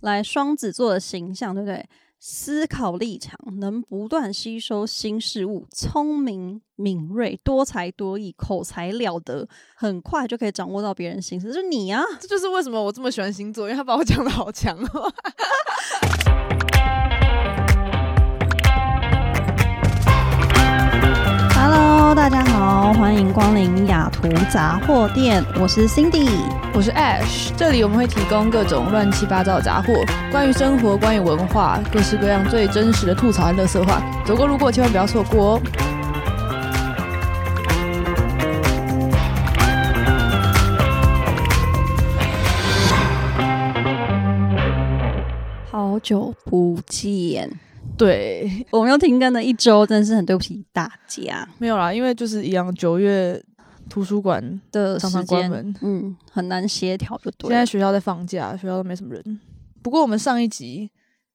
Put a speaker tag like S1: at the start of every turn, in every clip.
S1: 来双子座的形象，对不对？思考力强，能不断吸收新事物，聪明敏锐，多才多艺，口才了得，很快就可以掌握到别人心思。就是你啊，
S2: 这就是为什么我这么喜欢星座，因为他把我讲的好强哦。
S1: Hello，大家好，欢迎光临雅图杂货店，我是 Cindy。
S2: 我是 Ash，这里我们会提供各种乱七八糟的杂货，关于生活，关于文化，各式各样最真实的吐槽和乐色话，走过路过千万不要错过哦。
S1: 好久不见，
S2: 对，
S1: 我们又停更了一周，真的是很对不起大家
S2: 没有啦，因为就是一样，九月图书馆
S1: 的时
S2: 常
S1: 间，
S2: 常关门，
S1: 嗯，很难协调，就对
S2: 现
S1: 了。
S2: 在学校在放假，学校都没什么人。不过我们上一集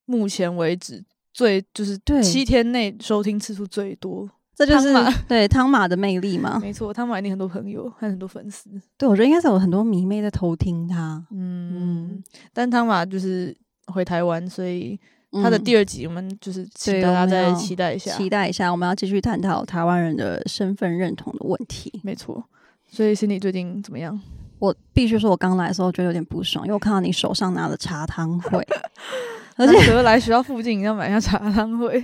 S2: 目前为止最就是
S1: 对
S2: 七天内收听次数最多，
S1: 这就是
S2: 汤马
S1: 对汤马的魅力嘛。
S2: 没错，他们一定很多朋友，还有很多粉丝。
S1: 对，我觉得应该是有很多迷妹在偷听他。
S2: 嗯，但汤马就是回台湾，所以他的
S1: 嗯
S2: 第二集我们就是请
S1: 对
S2: 大
S1: 我
S2: 家
S1: 们
S2: 再
S1: 要
S2: 期待一下，
S1: 期啊待一下，我们要继续探讨台湾人的身份认同的问题。
S2: 没错。所以心里最近怎么样？
S1: 我必须说，我刚来的时候觉得有点不爽，因为我看到你手上拿的茶汤会， 而且
S2: 难得来学校附近要买一下茶汤会，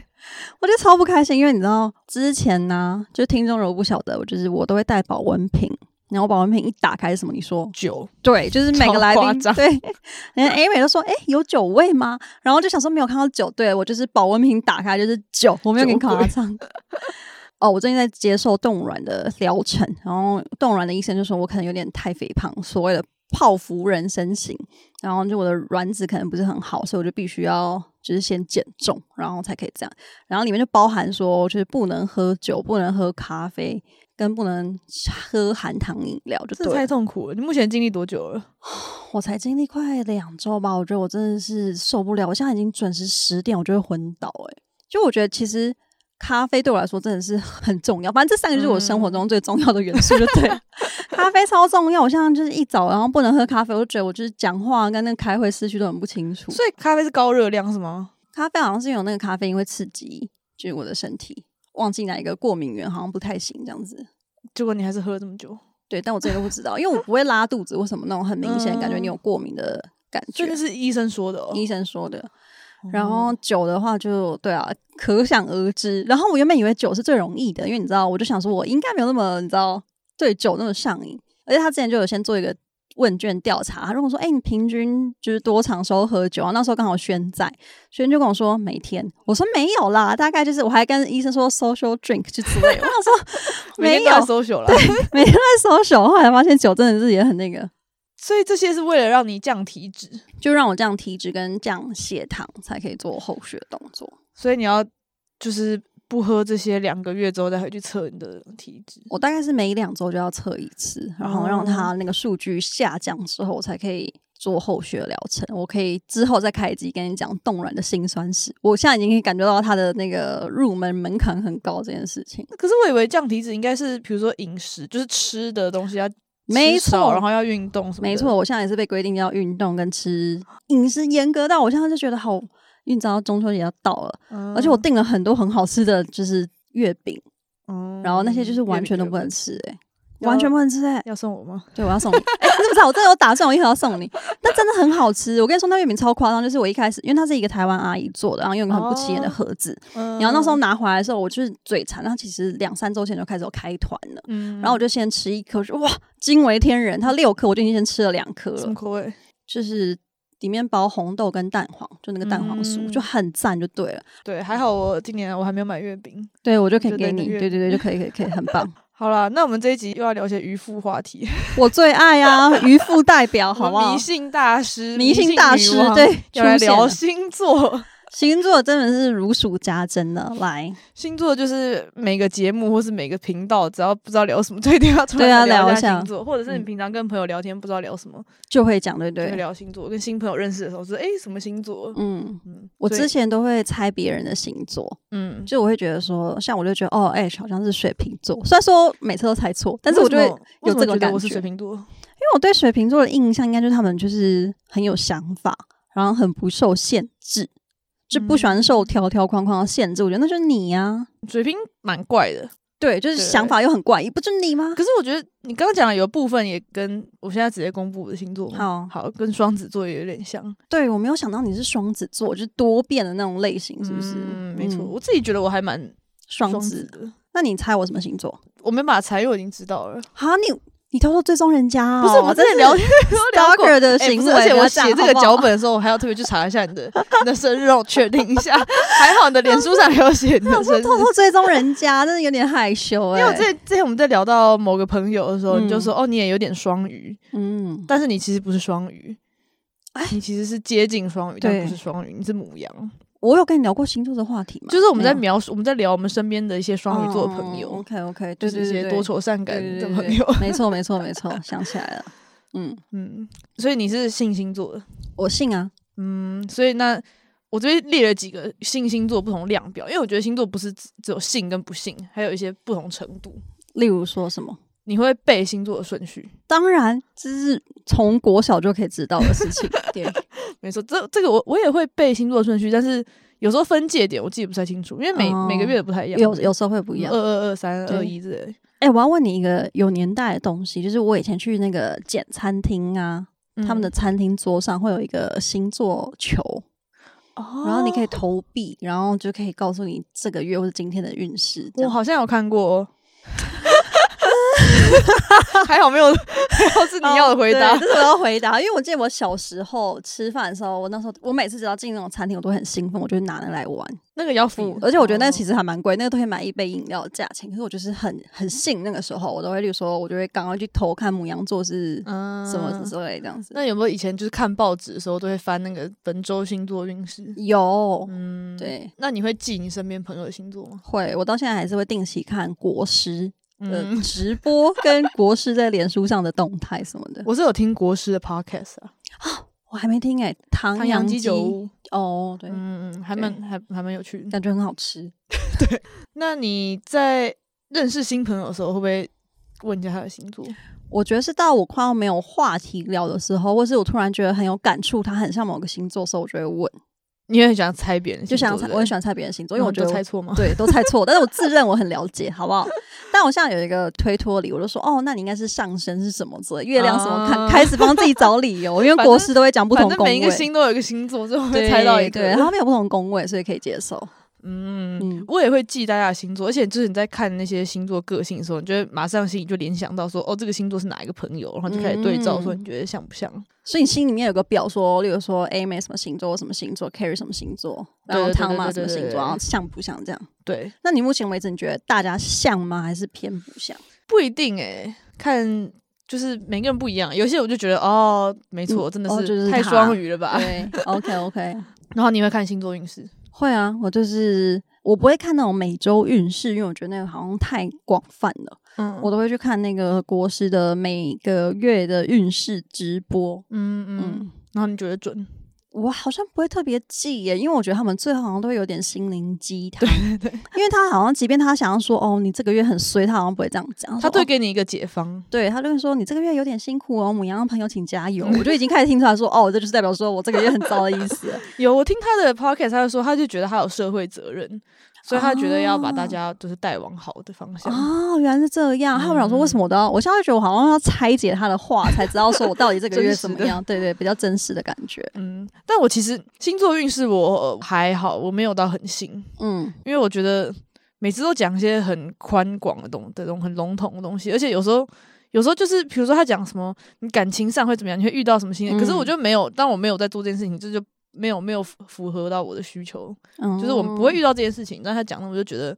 S1: 我就超不开心，因为你知道之前呢、就听众如果不晓得，我就是我都会带保温瓶。然后保温瓶一打开是什么？你说
S2: 酒
S1: 对，就是每
S2: 超
S1: 个来
S2: 夸
S1: 宾
S2: 张
S1: 对，人家 A 美都说：“哎、有酒味吗？”然后就想说没有看到酒，对我就是保温瓶打开就是酒，我没有给你
S2: 酒
S1: 考
S2: 鬼
S1: 拉唱。 哦，我最近在接受冻卵的疗程，然后冻卵的医生就说我可能有点太肥胖，所谓的泡芙人身形，然后就我的卵子可能不是很好，所以我就必须要就是先减重，然后才可以这样。然后里面就包含说，就是不能喝酒，不能喝咖啡，跟不能喝含糖饮料，就
S2: 这
S1: 对了
S2: 太痛苦了。你目前经历多久了？
S1: 我才经历快两周吧，我觉得我真的是受不了。我现在已经准时十点，我就会昏倒、欸。哎，就我觉得其实咖啡对我来说真的是 很重要，反正这三个就是我生
S2: 嗯
S1: 活中最重要的元素，就对了。咖啡超重要，我现在就是一早然后不能喝咖啡，我就觉得我就是讲话跟那个开会思绪都很不清楚。
S2: 所以咖啡是高热量是吗？
S1: 咖啡好像是有那个咖啡因会刺激，就是我的身体，忘记哪一个过敏源，好像不太行这样子。
S2: 结果你还是喝了这么久，
S1: 对，但我自己都不知道，因为我不会拉肚子或什么那种很明显的感觉
S2: 嗯
S1: 你有过敏的感
S2: 所
S1: 觉
S2: 以那。是医生说的哦。
S1: 医生说的。然后酒的话就对啊，可想而知。然后我原本以为酒是最容易的，因为你知道，我就想说我应该没有那么你知道对酒那么上瘾。而且他之前就有先做一个问卷调查，他跟我说：“哎、你平均就是多长时候喝酒啊？”那时候刚好轩在，轩就跟我说每天。我说没有啦，大概就是我还跟医生说 social drink 就之类的。我想说
S2: 每
S1: 没
S2: 天都在
S1: 有
S2: social 啦，
S1: 每天在 social，后来发现酒真的是也很那个，
S2: 所以这些是为了让你降体脂，
S1: 就让我这样体脂跟这样血糖才可以做后续的动作。
S2: 所以你要就是不喝这些两个月之后再回去测你的体脂。
S1: 我大概是每两周就要测一次，然后
S2: 哦
S1: 让它那个数据下降之后，我才可以做后续的疗程。我可以之后再开一集跟你讲冻卵的辛酸史。我现在已经可以感觉到它的那个入门门槛很高这件事情。
S2: 可是我以为降体脂应该是，比如说饮食，就是吃的东西要吃
S1: 没错
S2: 少然后要运动什么的
S1: 没，错，我现在也是被规定要运动跟吃饮食严格到我现在就觉得好，因为你知道中秋节要到了，
S2: 嗯
S1: 而且我订了很多很好吃的，就是月饼，
S2: 嗯
S1: 然后那些就是完全都不能吃、欸，完全不能吃、欸，
S2: 要送我 吗？
S1: 对，我要送你。哎、你怎么知道？我真的有打算，我一盒要送你。 那真的很好吃，我跟你说，那月饼超夸张。就是我一开始，因为它是一个台湾阿姨做的，然后用一个很不起眼的盒子。
S2: 嗯
S1: 然后那时候，拿回来的时候，我就是嘴馋。它其实两三周前就开始有开团了。
S2: 嗯
S1: 然后我就先吃一颗，我说哇，惊为天人！它六颗，我就已经先吃了两颗
S2: 什
S1: 了
S2: 么，口味？
S1: 就是里面包红豆跟蛋黄，就那个蛋黄酥，
S2: 嗯
S1: 就很赞，就对了。
S2: 对，还好我今年我还没有买月饼。
S1: 对，我就可以
S2: 就
S1: 给
S2: 等
S1: 你，
S2: 着月
S1: 对对对，就可以，可以，可以，很棒。
S2: 好啦，那我们这一集又要聊一些渔夫话题，
S1: 我最爱 啊，渔夫代表，好不
S2: 我们
S1: 好
S2: 迷？信大师、
S1: 迷信大师
S2: 女王，
S1: 对，
S2: 要来
S1: 出现
S2: 聊
S1: 了
S2: 星座。
S1: 星座真的是如数家珍的，来，
S2: 星座就是每个节目或是每个频道，只要不知道聊什么， 对，一定要突
S1: 对啊
S2: 然聊
S1: 聊
S2: 一
S1: 一下
S2: 星座，或者是你
S1: 嗯
S2: 平常跟朋友聊天不知道聊什么，
S1: 就会讲，对不
S2: 就会
S1: 对？
S2: 聊星座。跟新朋友认识的时候说，哎、什么星座？
S1: 嗯，
S2: 嗯，
S1: 我
S2: 所以
S1: 之前都会猜别人的星座，
S2: 嗯，
S1: 就我会觉得说，像我就觉得哦，哎、好像是水瓶座，虽然说每次都猜错，但是我就会，因
S2: 为什么为什
S1: 这
S2: 么
S1: 个
S2: 觉得
S1: 感
S2: 我是
S1: 觉
S2: 水瓶座，
S1: 为我对水瓶座的印象应该就是他们就是很有想法，然后很不受限制，就不喜欢受条条框框的限制。我觉得那就是你呀、
S2: 水平蛮 怪的。
S1: 对，就是
S2: 对
S1: 想法又很怪异，不就是你吗？
S2: 可是我觉得你刚刚讲的有部分也跟我现在直接公布我的星座嘛
S1: 好
S2: 好，跟双子座也有点像，
S1: 对我没有想到你是双子座，就是多变的那种类型，是不是？
S2: 嗯，没错，，我自己觉得我还蛮
S1: 双
S2: 双
S1: 子。
S2: 的，
S1: 那你猜我什么星座？
S2: 我没把财，因为我已经知道了。
S1: 啊，你你偷偷追踪人家、哦？
S2: 不是我们之前聊天 聊过
S1: stalker 的
S2: 哎不
S1: 行
S2: 是
S1: 为，
S2: 而且我
S1: 不
S2: 写
S1: 要样
S2: 这个
S1: 好不好
S2: 脚 本的时候，我还要特别去查一下你的 你的生日，让我确定一 下。还好你的脸书上有写你的生日
S1: 偷。偷追踪人家，真的有点害羞哎、
S2: 因为我之前之前我们在聊到某个朋友的时候，
S1: 嗯
S2: 你就说哦，你也有点双鱼，
S1: 嗯，
S2: 但是你其实不是双鱼，你其实是接近双鱼，但
S1: 哎对
S2: 不是双鱼，你是母羊。
S1: 我有跟你聊过星座的话题吗？
S2: 就是我们在
S1: 没有
S2: 描述，我们在聊我们身边的一些双鱼座的朋友，
S1: OK OK，
S2: 就
S1: 哦对
S2: 是
S1: 对
S2: 一
S1: 对
S2: 些
S1: 对，
S2: 多愁善感
S1: 对
S2: 的
S1: 对对
S2: 朋友。
S1: 没错没错没错，想起来了。嗯，
S2: 嗯，所以你是信星座的。
S1: 我信啊，
S2: 嗯，所以那我这边列了几个信星座不同量表，因为我觉得星座不是只只有信跟不信，还有一些不同程度。
S1: 例如说什么。
S2: 你会背星座的顺序，
S1: 当然，这是从国小就可以知道的事 情。对，
S2: 没错，这这个我我也会背星座的顺序，但是有时候分界点我记得不太清楚，因为每、
S1: 哦
S2: 每个月不太一样，
S1: 有有时候会不一样
S2: 二。二二三
S1: 对
S2: 二一之类的。
S1: 哎、我要问你一个有年代的东西，就是我以前去那个简餐厅啊，
S2: 嗯
S1: 他们的餐厅桌上会有一个星座球，
S2: 哦，
S1: 然后你可以投币，然后就可以告诉你这个月或者今天的运势。这
S2: 我
S1: 样
S2: 好像有看过、 哦。还好没有，还好是你要的回答
S1: 哦对。这是我 要回答，因为我记得我小时候吃饭的时候，我那时候我每次只要进那种餐厅，我都会很兴奋，我就会拿那个来玩。
S2: 那个要付，
S1: 而且我觉得那
S2: 哦
S1: 其实还蛮贵，那个都可以买一杯饮料的价钱。可是我就是很很信那个时候，我都会，例如说，我就会赶快去偷看母羊座是
S2: 嗯
S1: 什么之类这样子。
S2: 那有没有以前就是看报纸的时候都会翻那个本周星座运势？
S1: 有，
S2: 嗯，。
S1: 对，
S2: 那你会记你身边朋友的星座吗？
S1: 会，我到现在还是会定期看国师的
S2: 嗯，
S1: 呃直播跟国师在脸书上的动态什么的。
S2: 我是有听国师的 podcast 啊，
S1: 我还没听哎、唐
S2: 唐扬
S1: 鸡
S2: 鸡酒屋，
S1: 哦，对，
S2: 嗯嗯，还蛮还还蛮有趣的。
S1: 感觉很好吃。
S2: 那你在认识新朋友的时候，会不会问一下他的星座？
S1: 我觉得是到我快要没有话题聊的时候，或是我突然觉得很有感触，它很像某个星座的时候，我就会问，
S2: 你也很喜欢猜别人
S1: 就
S2: 星
S1: 想
S2: 座，
S1: 猜，
S2: 对不
S1: 我
S2: 对
S1: 很喜欢猜别人星座，因为
S2: 那
S1: 我
S2: 你
S1: 觉得
S2: 就
S1: 我
S2: 猜错吗？
S1: 对，都猜错，但是我自认我很了解，好不 好？但我现在有一个推脱理，我就说哦，那你应该是上升是什么座，月亮什么，看、
S2: 啊
S1: 开始帮自己找理由，因为
S2: 反
S1: 国
S2: 正
S1: 师都会讲不同
S2: 反正
S1: 宫
S2: 每
S1: 位，
S2: 一个星都有一个星座，最后 会
S1: 对
S2: 猜到一个。
S1: 对，他们有不同宫位，所以可以接受。
S2: 嗯，
S1: 嗯，
S2: 我也会记大家的星座，而且就是你在看那些星座个性的时候，你就会马上心里就联想到说，哦，这个星座是哪一个朋友，然后就开始对照说，
S1: 嗯
S2: 你觉得像不像？
S1: 所以你心里面有个表说，例如说 A 妹什么星座，我什么星座，Carry 什么星座，然后
S2: 对对对
S1: 汤马
S2: 对
S1: 什么
S2: 对
S1: 星
S2: 对
S1: 座，然后像不像这样？
S2: 对，
S1: 那你目前为止，你觉得大家像吗？还是偏不像？
S2: 不一定诶、看就是每个人不一样，有些我就觉得哦，没错，
S1: 嗯
S2: 真的
S1: 哦就是
S2: 太
S1: 他
S2: 双鱼了 吧。
S1: 对，OK OK，
S2: 然后你会看星座运势，
S1: 会啊，我就是我不会看那种每周运势，因为我觉得那个好像太广泛了，
S2: 嗯
S1: 我都会去看那个国师的每个月的运势直播。
S2: 嗯嗯，
S1: 嗯，
S2: 然后你觉得准？
S1: 我好像不会特别记耶，因为我觉得他们最后好像都会有点心灵鸡汤，因为他好像即便他想要说哦，你这个月很衰，他好像不会这样讲，
S2: 他
S1: 说
S2: 对
S1: 哦
S2: 给你一个解方，
S1: 对，他就会说你这个月有点辛苦哦，母羊的朋友请加油。我就已经开始听出来说，哦，这就是代表说我这个月很糟的意 思了。
S2: 有我听他的 podcast，他就说他就觉得他有社会责任，所以他觉得要把大家就是带往好的方向。
S1: 哦，原来是这样。他们想说，
S2: 嗯
S1: 为什么我都要？我现在觉得我好像要拆解他的话，才知道说我到底这个月
S2: 真实
S1: 怎
S2: 的
S1: 么样。对对，比较真实的感觉。
S2: 嗯，但我其实星座运势我还好，我没有到很信，
S1: 嗯，
S2: 因为我觉得每次都讲一些很宽广的东这种很笼统的东西，而且有时候有时候就是比如说他讲什么你感情上会怎么样，你会遇到什么新的，
S1: 嗯
S2: 可是我就没有，当我没有在做这件事情，这就没有没有符符合到我的需求，就是我们不会
S1: 遇
S2: 遇到这件事情，但他讲的我就觉得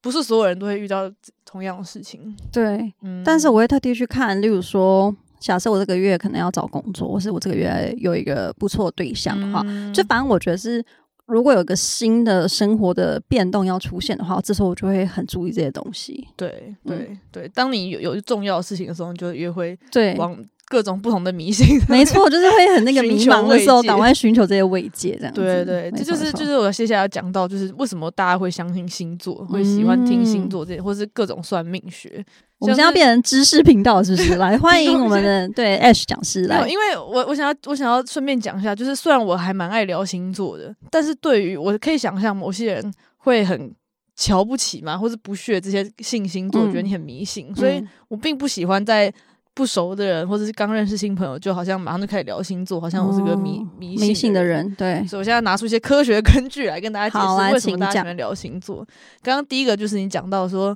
S2: 不是所有人都会遇到同样的事情，
S1: 对，
S2: 嗯，
S1: 但是我会特地去看，例如说，假设我这个月可能要找工作，或是我这个月有一个不错的对象的话，
S2: 嗯
S1: 就反正我觉得是。如果有个新的生活的变动要出现的话，这时候我就会很注意这些东西。
S2: 对对对，当你有有重要的事情的时候，你就也会
S1: 对，
S2: 往各种不同的迷信。
S1: 没错，就是会很那个
S2: 寻
S1: 迷
S2: 求
S1: 茫的
S2: 慰
S1: 时候，
S2: 藉
S1: 赶快寻求这些慰藉，这样子。
S2: 对对，
S1: 没
S2: 这
S1: 错
S2: 就是
S1: 没错
S2: 就是我接下来要讲到，就是为什么大家会相信星座，会喜欢听星
S1: 嗯
S2: 座这些，或是各种算命学。
S1: 我们现
S2: 像
S1: 在要
S2: 是
S1: 变成知识频道，是不是？ 来，欢
S2: 提
S1: 迎
S2: 供
S1: 我们
S2: 一些
S1: 的对 Ash 讲师
S2: 没有，
S1: 来。
S2: 因为我我想要我想要顺便讲一下，就是虽然我还蛮爱聊星座的，但是对于我可以想象某些人会很瞧不起嘛，或是不屑这些信星座，
S1: 嗯
S2: 觉得你很迷信，所以
S1: 嗯
S2: 我并不喜欢在。不熟的人，或者是刚认识新朋友，就好像马上就开始聊星座，好像我是个迷、
S1: 哦
S2: 迷
S1: 迷信的
S2: 人。
S1: 人， 对，
S2: 所以我现在拿出一些科学根据来跟大家解
S1: 好
S2: 释
S1: 来
S2: 为什么
S1: 请
S2: 大家喜
S1: 讲
S2: 欢聊星座。刚刚第一个就是你讲到说，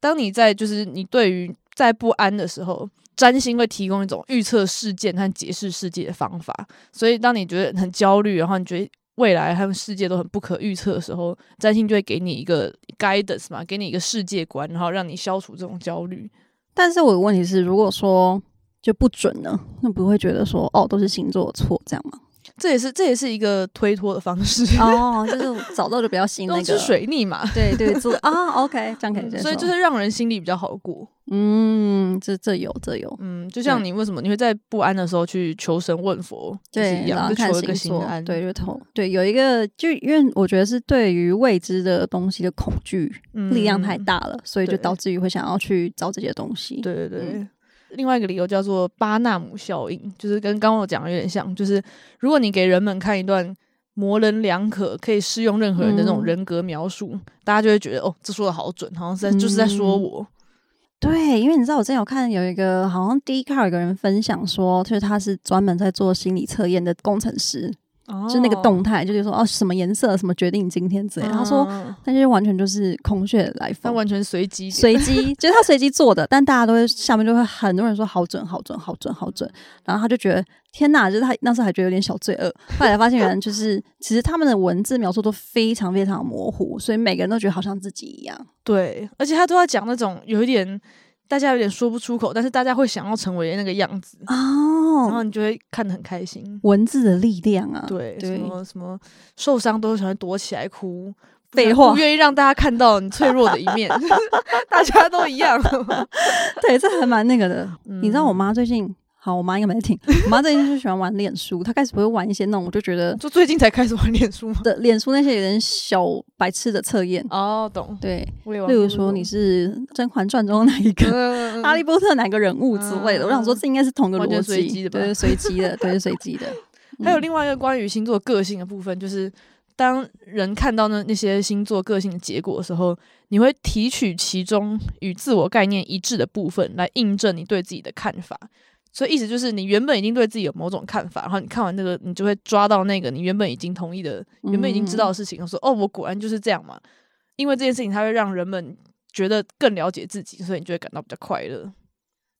S2: 当你在就是你对于在不安的时候，占星会提供一种预测事件和解释世界的方法。所以当你觉得很焦虑，然后你觉得未来和世界都很不可预测的时候，占星就会给你一个 guidance 嘛，给你一个世界观，然后让你消除这种焦虑。
S1: 但是我的问题是，如果说就不准呢，那不会觉得说哦都是星座的错这样吗？
S2: 这也是这也是一个推脱的方式，
S1: 哦，就是早到就不要信那
S2: 都
S1: 个
S2: 是水逆嘛，
S1: 对对，做啊，OK，这样 可以接受。
S2: 所以就是让人心里比较好过。
S1: 嗯，这这有这有，
S2: 嗯，就像你为什么你会在不安的时候去求神问佛，就是
S1: 对，然
S2: 一样，
S1: 后
S2: 就
S1: 看
S2: 求一
S1: 星
S2: 个心
S1: 座
S2: 安。，嗯
S1: 对，就投对有一个，就因为我觉得是对于未知的东西的恐惧
S2: 嗯，
S1: 力量太大了，所以就
S2: 对
S1: 导致于会想要去找这些东西。
S2: 对对对。
S1: 嗯
S2: 另外一个理由叫做巴纳姆效应，就是跟刚刚我讲的有点像，就是如果你给人们看一段模棱两可、可以适用任何人的那种
S1: 嗯
S2: 人格描述，大家就会觉得哦，这说的好准，好像是在、就是在说
S1: 嗯
S2: 我。
S1: 对，因为你知道，我之前有看有一个好像第一看有个人分享说，就是他是专门在做心理测验的工程师，
S2: 哦
S1: 就是那个动态，就是说哦什么颜色什么决定你今天之类的。他说，
S2: 嗯
S1: 但是完全就是空穴来
S2: 他
S1: 风，
S2: 完全随机点，
S1: 随机，就是他随机做的，但大家都会下面就会很多人说好准、好准、好准、好准，然后他就觉得天哪，就是他那时候还觉得有点小罪恶，后来才发现原来就是其实他们的文字描述都非常非常模糊，所以每个人都觉得好像自己一样。
S2: 对，而且他都要讲那种有一点大家有点说不出口，但是大家会想要成为那个样子，嗯然后
S1: 哦，
S2: 你就会看得很开心。
S1: 文字的力量啊，
S2: 对，
S1: 对
S2: 什么什么受伤都喜欢躲起来哭，不
S1: 废
S2: 想
S1: 话
S2: 不愿意让大家看到你脆弱的一面， 大家都一样。
S1: 对，这还蛮那个的。
S2: 嗯
S1: 你知道我妈最近，好，我妈应该没在听，我妈最近就喜欢玩脸书，她开始不会玩一些那种，我就觉得
S2: 就最近才开始玩 脸书吗？
S1: 的脸书那些有点小白痴的测验，
S2: 哦，懂，
S1: 对，
S2: 我也
S1: 例如说你是《甄嬛传》中的哪一
S2: 嗯
S1: 个。 哈
S2: 哈
S1: 利波特哪个人物之类的，我想说
S2: 嗯
S1: 这应该是同个
S2: 完全
S1: 逻
S2: 随机
S1: 辑，
S2: 的吧
S1: 对，是随机 的，对，是随机的。
S2: 还有
S1: 嗯
S2: 另外一个关于星座个性的部分，就是当人看到那那些星座个性的结果的时候，你会提取其中与自我概念一致的部分来印证你对自己的看法。所以意思就是，你原本已经对自己有某种看法，然后你看完那个，你就会抓到那个你原本已经同意的、
S1: 嗯
S2: 原本已经知道的事情，说哦，我果然就是这样嘛。因为这件事情，它会让人们觉得更了解自己，所以你就会感到比较快乐。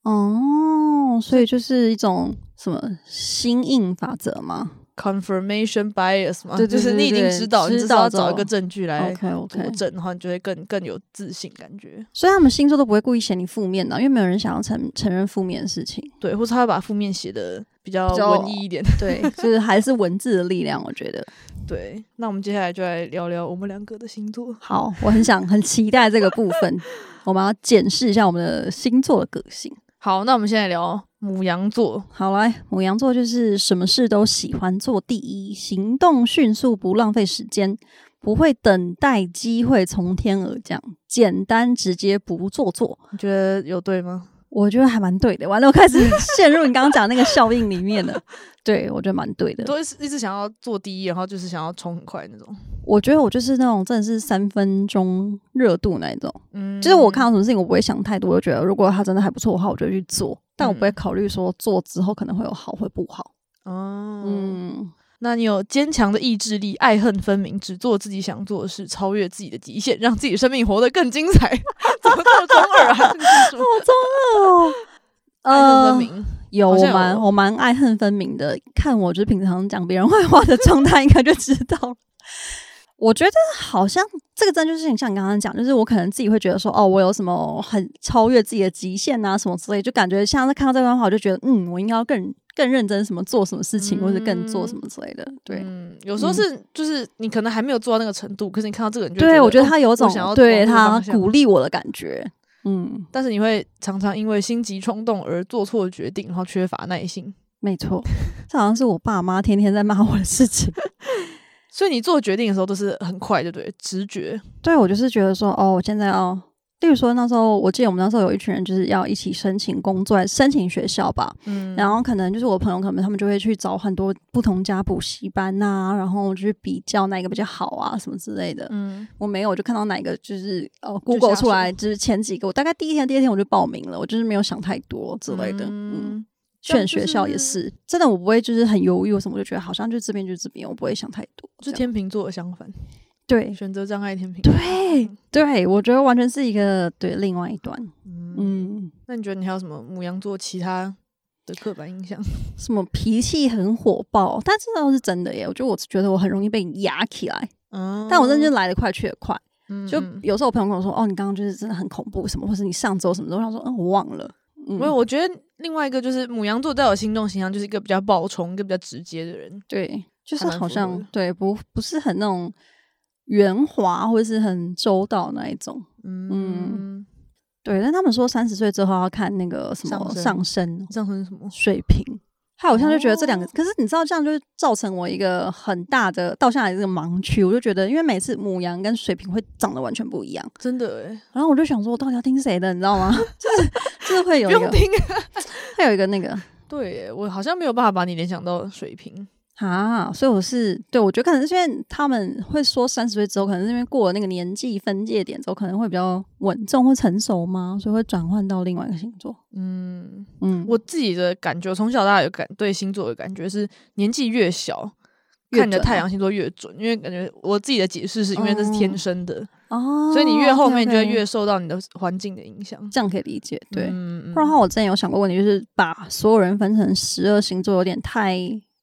S1: 哦，所以就是一种什么心印法则嘛
S2: Confirmation bias 嘛，
S1: 对对
S2: 就是
S1: 对
S2: 你已经
S1: 对
S2: 知道，你
S1: 知
S2: 只是
S1: 道
S2: 要找一
S1: 找
S2: 个证据来
S1: ？OK
S2: 佐
S1: OK，
S2: 证，然后你就会更更有自信感觉。
S1: 所以他们星座都不会故意写你负面的，啊因为没有人想要承承认负面的事 情。
S2: 对，或是他会把负面写的比较
S1: 比较
S2: 文艺一点。
S1: 对，就是还是文字的力量，我觉得。
S2: 对，那我们接下来就来聊聊我们两个的星座。
S1: 好，我很想很期待这个部分，我们要检视一下我们的星座的个性。
S2: 好，那我们现在聊母羊座。
S1: 好来，母羊座就是什么事都喜欢做第一，行动迅速，不浪费时间，不会等待机会从天而降，简单直接，不做作。
S2: 你觉得有对吗？
S1: 我觉得还蛮对的。完了，我开始 陷入你刚刚讲那个效应里面了。对，我觉得蛮对的。
S2: 都一直一直想要做第一，然后就是想要冲很快那种。
S1: 我觉得我就是那种真的是三分钟热度那一种，
S2: 嗯
S1: 就是我看到什么事情我不会想太多，我就觉得如果它真的还不错的话，我就会去做，但我不会
S2: 嗯
S1: 考虑说做之后可能会有好会不好。
S2: 哦，嗯，
S1: 嗯
S2: 那你有坚强的意志力，爱恨分明，只做自己想做的事，超越自己的极限，让自己生命活得更精彩。 怎么这么中二啊？ 这是什么嗯
S1: 哦，
S2: 爱恨分
S1: 呃
S2: 明。
S1: 有
S2: 好
S1: 我
S2: 像
S1: 蛮
S2: 有
S1: 我蛮爱恨分明的，看我就是平常讲别人坏话的状态，应该就知道了。我觉得好像这个真的就是你像你刚刚讲，就是我可能自己会觉得说，哦，我有什么很超越自己的极限啊，什么之类，就感觉像是看到这段话，我就觉得，嗯，我应该要更更认真，什么做什么事情，或者更做什么之类的。对，
S2: 嗯，有时候是就是你可能还没有做到那个程度，可是你看到这个人就会
S1: 对我觉得
S2: 哦
S1: 他有
S2: 我
S1: 种
S2: 想要
S1: 对
S2: 往这个
S1: 他
S2: 方向
S1: 鼓励我的感觉。嗯，
S2: 但是你会常常因为心急冲动而做错决定，然后缺乏耐心。
S1: 没 错，这好像是我爸妈天天在骂我的事情。
S2: 所以你做决定的时候都是很快，对不对？直觉，
S1: 对我就是觉得说，哦，我现在要，例如说那时候，我记得我们那时候有一群人就是要一起申请工作、申请学校吧，
S2: 嗯
S1: 然后可能就是我朋友，可能他们就会去找很多不同家补习班呐、然后去比较哪一个比较好啊，什么之类的。
S2: 嗯，
S1: 我没有，我就看到哪一个就是呃
S2: 就
S1: Google
S2: 下
S1: 出来，就是前几个，我大概第一天、第二天我就报名了，我就是没有想太多之类的。嗯，
S2: 嗯，这样
S1: 选
S2: 就
S1: 学校也
S2: 是
S1: 是，真的我不会就是很犹豫，我什么我就觉得好像就这边就这边，我不会想太多。这
S2: 是
S1: 样
S2: 天秤座的相反，
S1: 对
S2: 选择障碍天秤。
S1: 对对，我觉得完全是一个对另外一端，
S2: 嗯，
S1: 嗯，
S2: 那你觉得你还有什么母羊座其他的刻板印象？
S1: 什么脾气很火爆，但这倒是真的耶。我觉得我觉得我很容易被压起来，
S2: 嗯，
S1: 但我真的就来得快去得快。
S2: 嗯
S1: 就
S2: 嗯
S1: 有时候我朋友跟我说，哦，你刚刚就是真的很恐怖什么，或是你上周什么的，我想说，嗯，我忘了。嗯
S2: 没有，，我觉得另外一个就是母羊座在我心中形象就是一个比较暴冲、一个比较直接的人。
S1: 对，就是
S2: 还蛮
S1: 好
S2: 符合
S1: 像
S2: 的
S1: 对不不是很那种圆滑或是很周到那一种。
S2: 嗯，
S1: 对，但他们说三十岁之后要看那个什么
S2: 上
S1: 上
S2: 升
S1: 升
S2: 上升什么？
S1: 水平，他好像就觉得这两个，
S2: 哦
S1: 可是你知道这样就造成我一个很大的倒下来这个盲区，我就觉得因为每次母羊跟水瓶会长得完全不一样，
S2: 真的哎、
S1: 然后我就想说我到底要听谁的，你知道吗？ 就是就是会有
S2: 不
S1: 一
S2: 用
S1: 个
S2: 听、啊。
S1: 会有一个那个
S2: 对耶，我好像没有办法把你联想到水瓶。
S1: 啊，所以我是对，我觉得可能是因为他们会说三十岁之后，可能是因为过了那个年纪分界点之后，可能会比较稳重或成熟嘛，所以会转换到另外一个星座。
S2: 嗯，
S1: 嗯，
S2: 我自己的感觉，我从小到大有感对星座的感觉是，年纪越小，
S1: 越
S2: 看你的
S1: 准啊
S2: 太阳星座越准，因为感觉我自己的解释是因为这是天生的，
S1: 哦，
S2: 所以你越后面就会
S1: OK，OK
S2: 越受到你的环境的影响。
S1: 这样可以理解，对。
S2: 嗯
S1: 不然的话，我之前有想过问题，就是把所有人分成十二星座，有点太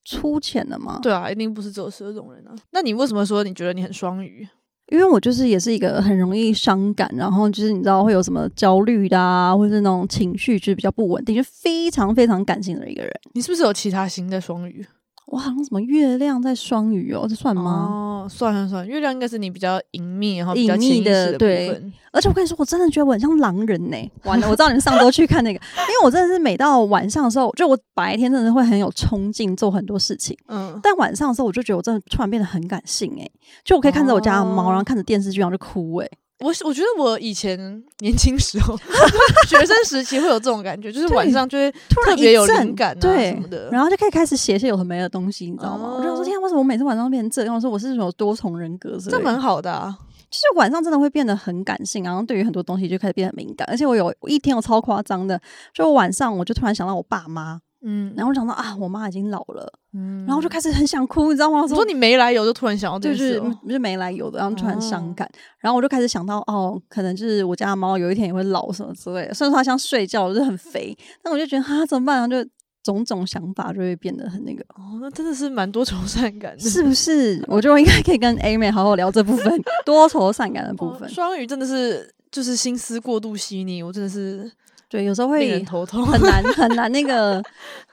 S1: 粗浅了嘛？，
S2: 对啊，一定不是只有十二种人啊。那你为什么说你觉得你很双鱼？
S1: 因为我就是也是一个很容易伤感，然后就是你知道会有什么焦虑的啊，或是那种情绪就是比较不稳定，就非常非常感性的一个人。
S2: 你是不是有其他星在双鱼？
S1: 我好像什么月亮在双鱼哦，这算吗？
S2: 哦，算了算了，月亮应该是你比较隐秘，然后比
S1: 隐
S2: 较
S1: 秘
S2: 潜意识
S1: 的
S2: 部
S1: 对
S2: 分。
S1: 而且我跟你说，我真的觉得我很像狼人呢、完了，我知道你们上周去看 那个，因为我真的是每到晚上的时候，就我白天真的会很有冲劲，做很多事情。
S2: 嗯，
S1: 但晚上的时候，我就觉得我真的突然变得很感性哎、就我可以看着我家的猫，
S2: 哦
S1: 然后看着电视剧，然后就哭哎、
S2: 我是我觉得我以前 年轻时候， 学生时期会有这种感觉，就是晚
S1: 对
S2: 上就会
S1: 突然
S2: 特别有
S1: 一阵
S2: 灵感啊
S1: 对
S2: 什么的
S1: 然后就可以开始写一些有的没的东西，你知道吗？我就想说，
S2: 哦
S1: 天啊，为什么我每次晚上都变成这样？我说我是有多重人格之类
S2: 这
S1: 的，
S2: 蛮好的啊。
S1: 就是晚上真的会变得很感性，然后对于很多东西就开始变得敏感。而且我有我一天我超夸张的，就晚上我就突然想到我爸妈，
S2: 嗯
S1: 然后我想到啊，我妈已经老了，
S2: 嗯
S1: 然后我就开始很想哭，你知道吗？我
S2: 我说你没来由就突然想到这
S1: 就
S2: 件事
S1: 是嗯
S2: 哦、
S1: 就没来由的，然后突然伤
S2: 哦
S1: 感，然后我就开始想到，哦，可能就是我家的猫有一天也会老什么之类的。虽然说它像睡觉，就是很肥，但我就觉得哈、怎么办、啊？就种种想法就会变得很那 个，
S2: 哦，那真的是蛮多愁善感的，
S1: 是不是？我觉得我应该可以跟 A 妹好好聊这部分多愁善感的部
S2: 哦
S1: 分。
S2: 双鱼真的是就是心思过度细腻，我真的是
S1: 对，有时候
S2: 令人
S1: 会
S2: 头痛。
S1: 很难很难那个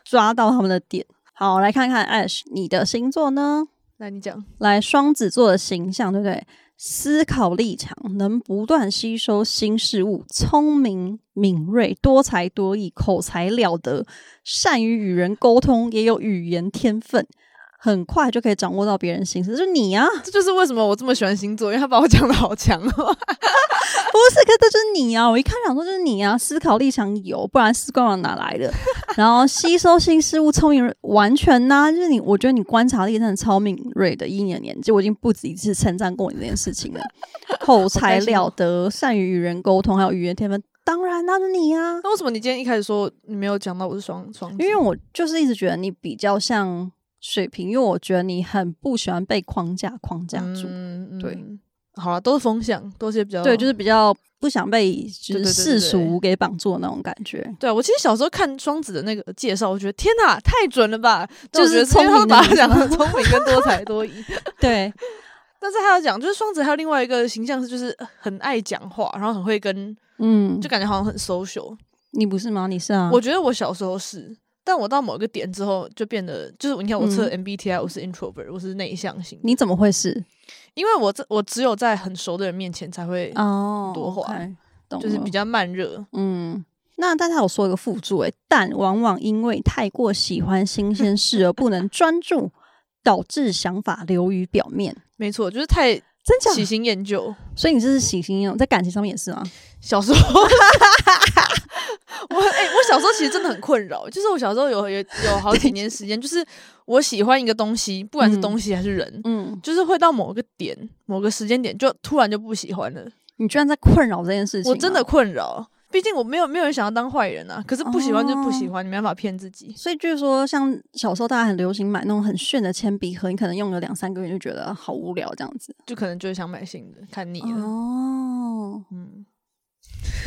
S1: 抓到他们的点。好，来看看 Ash，你的星座呢？
S2: 那 你讲，
S1: 来双子座的形象，对不对？思考力强，能不断吸收新事物，聪明敏锐，多才多艺，口才了得，善于与人沟通，也有语言天分，很快就可以掌握到别人心思。就是你啊，
S2: 这就是为什么我这么喜欢星座，因为他把我讲的好强哦。
S1: 不是，可这就是你啊！我一看想说就是你啊，思考力强有，不然是官网哪来的？ 然后吸收新事物，聪明完全呐、就是你，我觉得你观察力真的超敏锐的。以你的年纪，我已经不止一次称赞过你这件事情了。 口才了得，善于与人沟通，还有语言天分，当然那、就是你啊！
S2: 那为什么你今天一开始说你没有讲到我是双双子？
S1: 因为我就是一直觉得你比较像水瓶，因为我觉得你很不喜欢被框架框架住。
S2: 嗯
S1: 对，
S2: 嗯好了，都是风向，都是比较
S1: 对，就是比较不想被就
S2: 对对
S1: 是
S2: 对对
S1: 世俗
S2: 对
S1: 给绑住的那种感觉。
S2: 对啊。我其实小时候看双子的那个介绍，我觉得天哪，太准了吧！
S1: 就是
S2: 但我觉得
S1: 聪明
S2: 因为他把他
S1: 的
S2: 讲 的聪明跟多才多艺。
S1: 对，
S2: 但是还要讲，就是双子还有另外一个形象是，就是很爱讲话，然后很会跟，
S1: 嗯，
S2: 就感觉好像很 social。
S1: 你不是吗？你是啊，
S2: 我觉得我小时候是，但我到某一个点之后就变得，就是你看我测
S1: 嗯
S2: MBTI，、我是 introvert，我是内向型的，
S1: 你怎么会是？
S2: 因为我这我只有在很熟的人面前才会
S1: 哦
S2: 多话
S1: OK 懂
S2: 就是
S1: 了
S2: 比较慢热。
S1: 嗯，那但他有说一个附注、欸，但往往因为太过喜欢新鲜事而不能专注，导致想法流于表面。
S2: 没错，就是太
S1: 真假？
S2: 喜新厌旧。
S1: 所以你这是喜新厌旧，在感情上面也是吗？
S2: 小时候， 我哎、我小时候其实真的很困扰，就是我小时候有有有好几年时间，就是我喜欢一个东西，不管是
S1: 嗯
S2: 东西还是人，
S1: 嗯，
S2: 就是会到某个点、某个时间点，就突然就不喜欢了。
S1: 你居然在困扰这件事情、啊
S2: 我真的，困扰，毕竟我没有没有人想要当坏人啊。可是不喜欢就不
S1: 哦
S2: 喜欢，你没办法骗自己。
S1: 所以据说像小时候大家很流行买那种很炫的铅笔盒，你可能用了两三个月就觉得好无聊这样子。
S2: 就可能就是想买新的，看腻了。
S1: 哦，
S2: 嗯，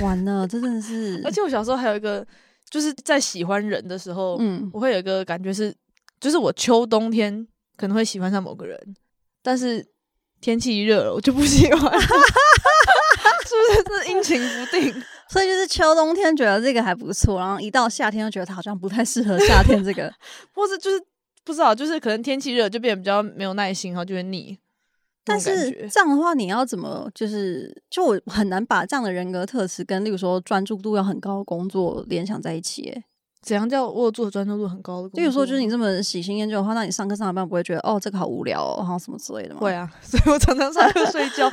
S1: 完了，这真的是，
S2: 而且我小时候还有一个，就是在喜欢人的时候，
S1: 嗯，
S2: 我会有一个感觉是，就是我秋冬天可能会喜欢上某个人，但是天气一热了，我就不喜欢了。 是不是？这阴晴不定。
S1: 所以就是秋冬天觉得这个还不错，然后一到夏天就觉得它好像不太适合夏天 这个。
S2: 或是就是不知道，就是可能天气热就变得比较没有耐心，然后就会腻。
S1: 但
S2: 那种感
S1: 是
S2: 觉
S1: 这样的话，你要怎么就是就我很难把这样的人格特质跟例如说专注度要很高的工作联想在一起耶。
S2: 怎样叫我有做专注度很高的工作？
S1: 例如说，就是你这么喜新厌旧的话，那你上课上到一半不会觉得哦这个好无聊哦，然后什么之类的吗？
S2: 会啊， 所以我常常上课睡 觉。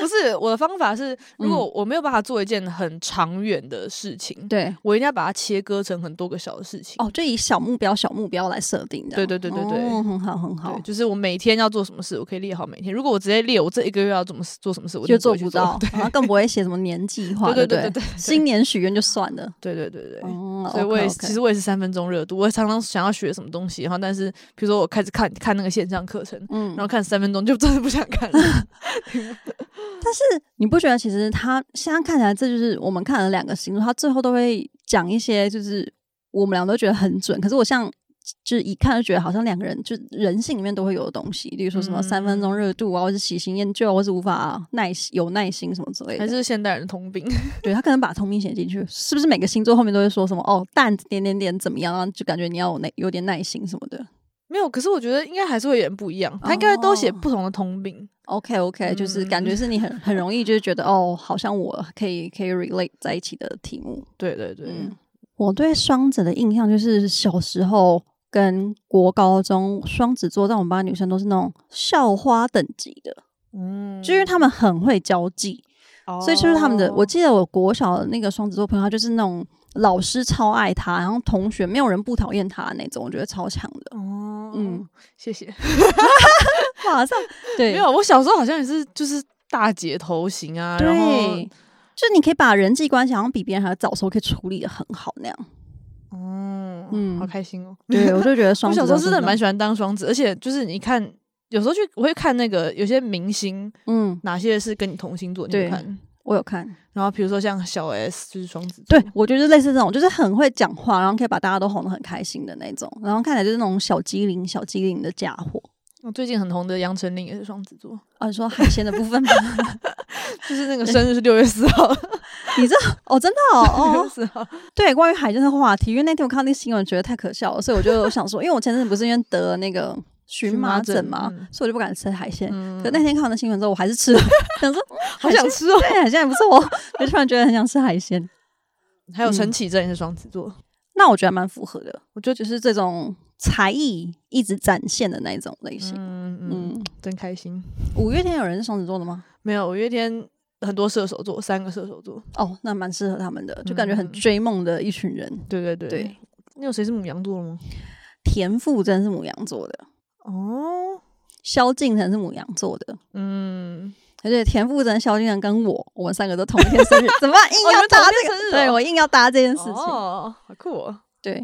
S2: 不是我的方法是，如果
S1: 嗯
S2: 我没有办法做一件很长远的事情，
S1: 对
S2: 我一定要把它切割成很多个小的事情。
S1: 哦，就以小目标小目标来设定的。
S2: 对对对对对
S1: 哦，很好很好
S2: 对，。就是我每天要做什么事，我可以列好每天。如果我直接列我这一个月要怎么做什么事，我
S1: 就
S2: 就
S1: 做
S2: 会去
S1: 不到，然后更不会写什么年计划，
S2: 对
S1: 不
S2: 对对对对对
S1: 新年许愿就算了。
S2: 对对对对对。
S1: 哦，
S2: 所以我也
S1: OK，OK
S2: 其实我也是三分钟热度，我也常常想要学什么东西，然后但是比如说我开始看看那个线上课程，
S1: 嗯
S2: 然后看三分钟就真的不想看了。
S1: 你不觉得其实他现在看起来，这就是我们看了两个星座，他最后都会讲一些，就是我们俩都觉得很准。可是我像就是一看就觉得好像两个人就人性里面都会有的东西，例如说什么
S2: 嗯
S1: 三分钟热度啊，或是喜新厌旧，或是无法耐心有耐心什么之类
S2: 还
S1: 的。
S2: 是现代人通病，
S1: 对他可能把通病写进去，是不是每个星座后面都会说什么哦，但点点点怎么样啊？就感觉你要有耐有点耐心什么的。
S2: 没有。可是我觉得应该还是会有点不一样，他应该都
S1: 哦
S2: 写不同的通病。
S1: OK OK，、就是感
S2: 嗯
S1: 觉是你很很容易就是觉得哦，好像我可以可以 relate 在一起的题目。
S2: 对对对，
S1: 嗯，我对双子的印象就是小时候跟国高中双子座在我们班女生都是那种校花等级的，
S2: 嗯，
S1: 就是他们很会交际，所以就是他们的。我记得我国小的那个双子座朋友，他就是那种老师超爱他，然后同学没有人不讨厌他的那种，我觉得超强的。
S2: 哦，
S1: 嗯
S2: 嗯，谢谢。
S1: 马上对，
S2: 没有，我小时候好像也是，就是大姐头型啊，然后
S1: 对。就是你可以把人际关系好像比别人还要早熟，可以处理的很好那样。
S2: 嗯
S1: 嗯
S2: 好开心哦。
S1: 对， 我就觉得双
S2: 我
S1: 子
S2: 小
S1: 座
S2: 时候真的
S1: 那
S2: 蛮
S1: 种
S2: 喜欢当双子，而且就是你看，有时候去我会看那个有些明星
S1: 嗯，
S2: 哪些是跟你同星座，你
S1: 对
S2: 会看。
S1: 我有看，
S2: 然后比如说像小 S 就是双子座，
S1: 对，我觉得就类似这种，就是很会讲话，然后可以把大家都哄得很开心的那种，然后看起来就是那种小机灵、小机灵的家伙。
S2: 我最近很红的杨丞琳也是双子 座，
S1: 啊，你说海鲜的部分吗？
S2: 就是那个生日是六月四号，
S1: 你知道哦，真的哦，
S2: 六 月
S1: 哦
S2: 四号，
S1: 对，关于海鲜的话题，因为那天我看到那个新闻，觉得太可笑了，所以我就想说，因为我前阵子不是因为得了那个荨
S2: 荨麻
S1: 麻疹
S2: 疹
S1: 嘛，
S2: 嗯
S1: 所以我就不敢吃海鲜。
S2: 嗯
S1: 可那天看到那新闻之后，我还是 吃了，想说
S2: 好想吃哦。
S1: 嗯对海鲜还不错哦，我就突然觉得很想吃海 鲜。
S2: 还有陈绮贞也是双子座，
S1: 那我觉得蛮符合的，
S2: 我觉得
S1: 就是这种才艺一直展现的那种类型。
S2: 嗯嗯，
S1: 嗯，
S2: 真开心。
S1: 五月天有人是双子座的吗？
S2: 没有，五月天很多射手座，三个射手座，
S1: 哦，那蛮适合他们的，就感觉很
S2: 嗯
S1: 追梦的一群人。
S2: 对对对
S1: 对，
S2: 你有谁是母羊座的吗？
S1: 田馥甄是母羊座的，
S2: 哦，
S1: 萧敬腾是母羊座的，
S2: 嗯，
S1: 而且田馥甄、萧敬腾跟我，我们三个都同一天生 日，怎么啊办硬
S2: 哦你
S1: 要
S2: 们同
S1: 搭
S2: 一
S1: 这个？
S2: 天生日哦
S1: 对我硬要搭这件事情。哦
S2: 哦，好酷哦。
S1: 对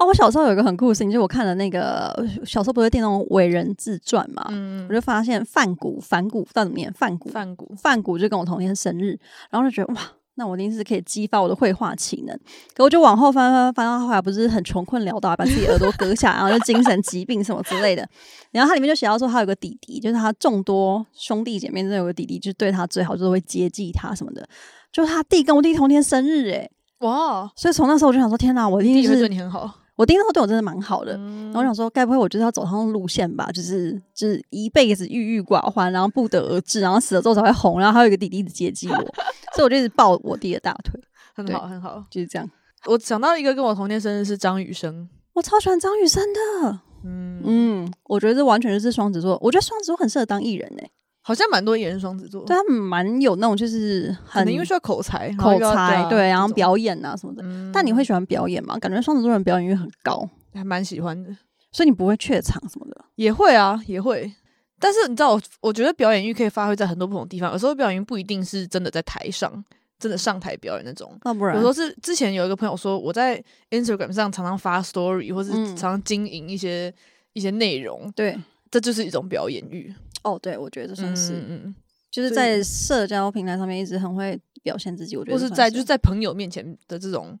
S1: 哦，我小时候有一个很酷的事情，就是我看了那个呃小时候不是电动《伟人自传》嘛，
S2: 嗯
S1: 我，就发现范谷、反谷，不知道怎么念，范谷、
S2: 范谷，
S1: 范谷就跟我同一天生日，然后就觉得哇，那我一定是可以激发我的绘画奇能。可我就往后翻翻翻到后来，不是很穷困潦倒，把自己耳朵割下来，然后就精神疾病什么之类的。然后它里面就写到说，他有个弟弟，就是他众多兄弟姐妹中有个弟弟，就是对他最好，就是会接济他什么的。就是他弟跟我弟同天生日诶、欸
S2: 哇，
S1: 所以从那时候我就想说，天哪，我一定
S2: 弟会
S1: 是
S2: 对你很好，
S1: 我弟那时候对我真的蛮好的，
S2: 嗯
S1: 然后我想说，该不会我就是要走上路线吧？就是就是一辈子郁郁寡欢，然后不得而志，然后死了之后才会红，然后还有一个弟弟一直接 济我，所以我就一直抱我弟的大腿，
S2: 很
S1: 对
S2: 好很好。
S1: 就是这样。
S2: 我想到一个跟我同年生日是张雨生，
S1: 我超喜欢张雨生的，
S2: 嗯，
S1: 嗯，我觉得这完全就是双子座，我觉得双子座很适合当艺人诶、欸
S2: 好像蛮多艺人双子座，
S1: 对，他们蛮有那种就是
S2: 可
S1: 很
S2: 能因为需要口才，然
S1: 口
S2: 后又要
S1: 才，对，然后，
S2: 啊
S1: 表演啊什么的。
S2: 这种嗯
S1: 但你会喜欢表演吗？感觉双子座人表演欲很高，
S2: 还蛮喜欢的，
S1: 所以你不会怯场什么的。
S2: 也会啊，也会。但是你知道，我我觉得表演欲可以发挥在很多不同地方，有时候表演欲不一定是真的在台上，真的上台表演那种，
S1: 那不然，
S2: 有时候是之前有一个朋友说，我在 Instagram 上常常发 story 或是
S1: 嗯
S2: 常常经营一些、一些内容，
S1: 对，
S2: 这就是一种表演欲，
S1: 哦，对，我觉得这算是，
S2: 嗯，
S1: 就是在社交平台上面一直很会表现自己，我觉得
S2: 或是
S1: 算
S2: 在就是在朋友面前的这种